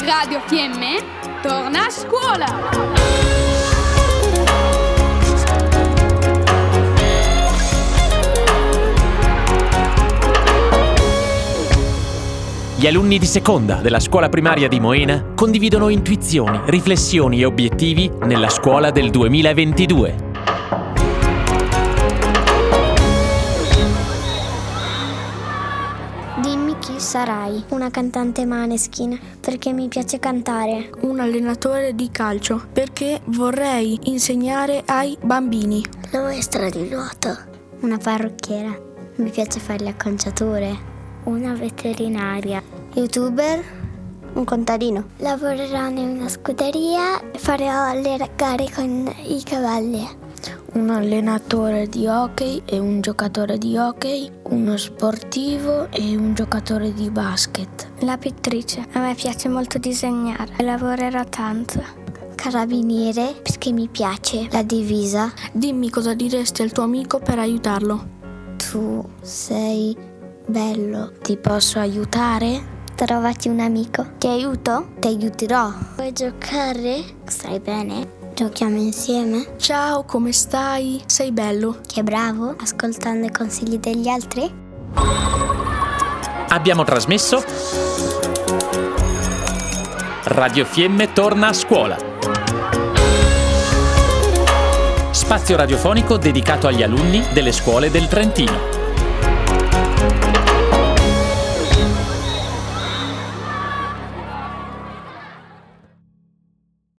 Radio Fiemme torna a scuola! Gli alunni di seconda della scuola primaria di Moena condividono intuizioni, riflessioni e obiettivi nella scuola del 2022. Dimmi chi sarai. Una cantante maneskin perché mi piace cantare. un allenatore di calcio perché vorrei insegnare ai bambini. La maestra di nuoto. Una parrucchiera. Mi piace fare le acconciature. Una veterinaria. Youtuber. Un contadino. Lavorerò in una scuderia e farò le gare con i cavalli. Un allenatore di hockey e un giocatore di hockey, uno sportivo e un giocatore di basket. La pittrice. A me piace molto disegnare. Lavorerò tanto. Carabiniere perché mi piace la divisa. Dimmi cosa diresti al tuo amico per aiutarlo. Tu sei bello. Ti posso aiutare? Trovati un amico. Ti aiuto? Ti aiuterò. Vuoi giocare? Stai bene? Giochiamo insieme? Ciao, come stai? Sei bello. Che bravo. Ascoltando i consigli degli altri? Abbiamo trasmesso Radio Fiemme torna a scuola. Spazio radiofonico dedicato agli alunni delle scuole del Trentino.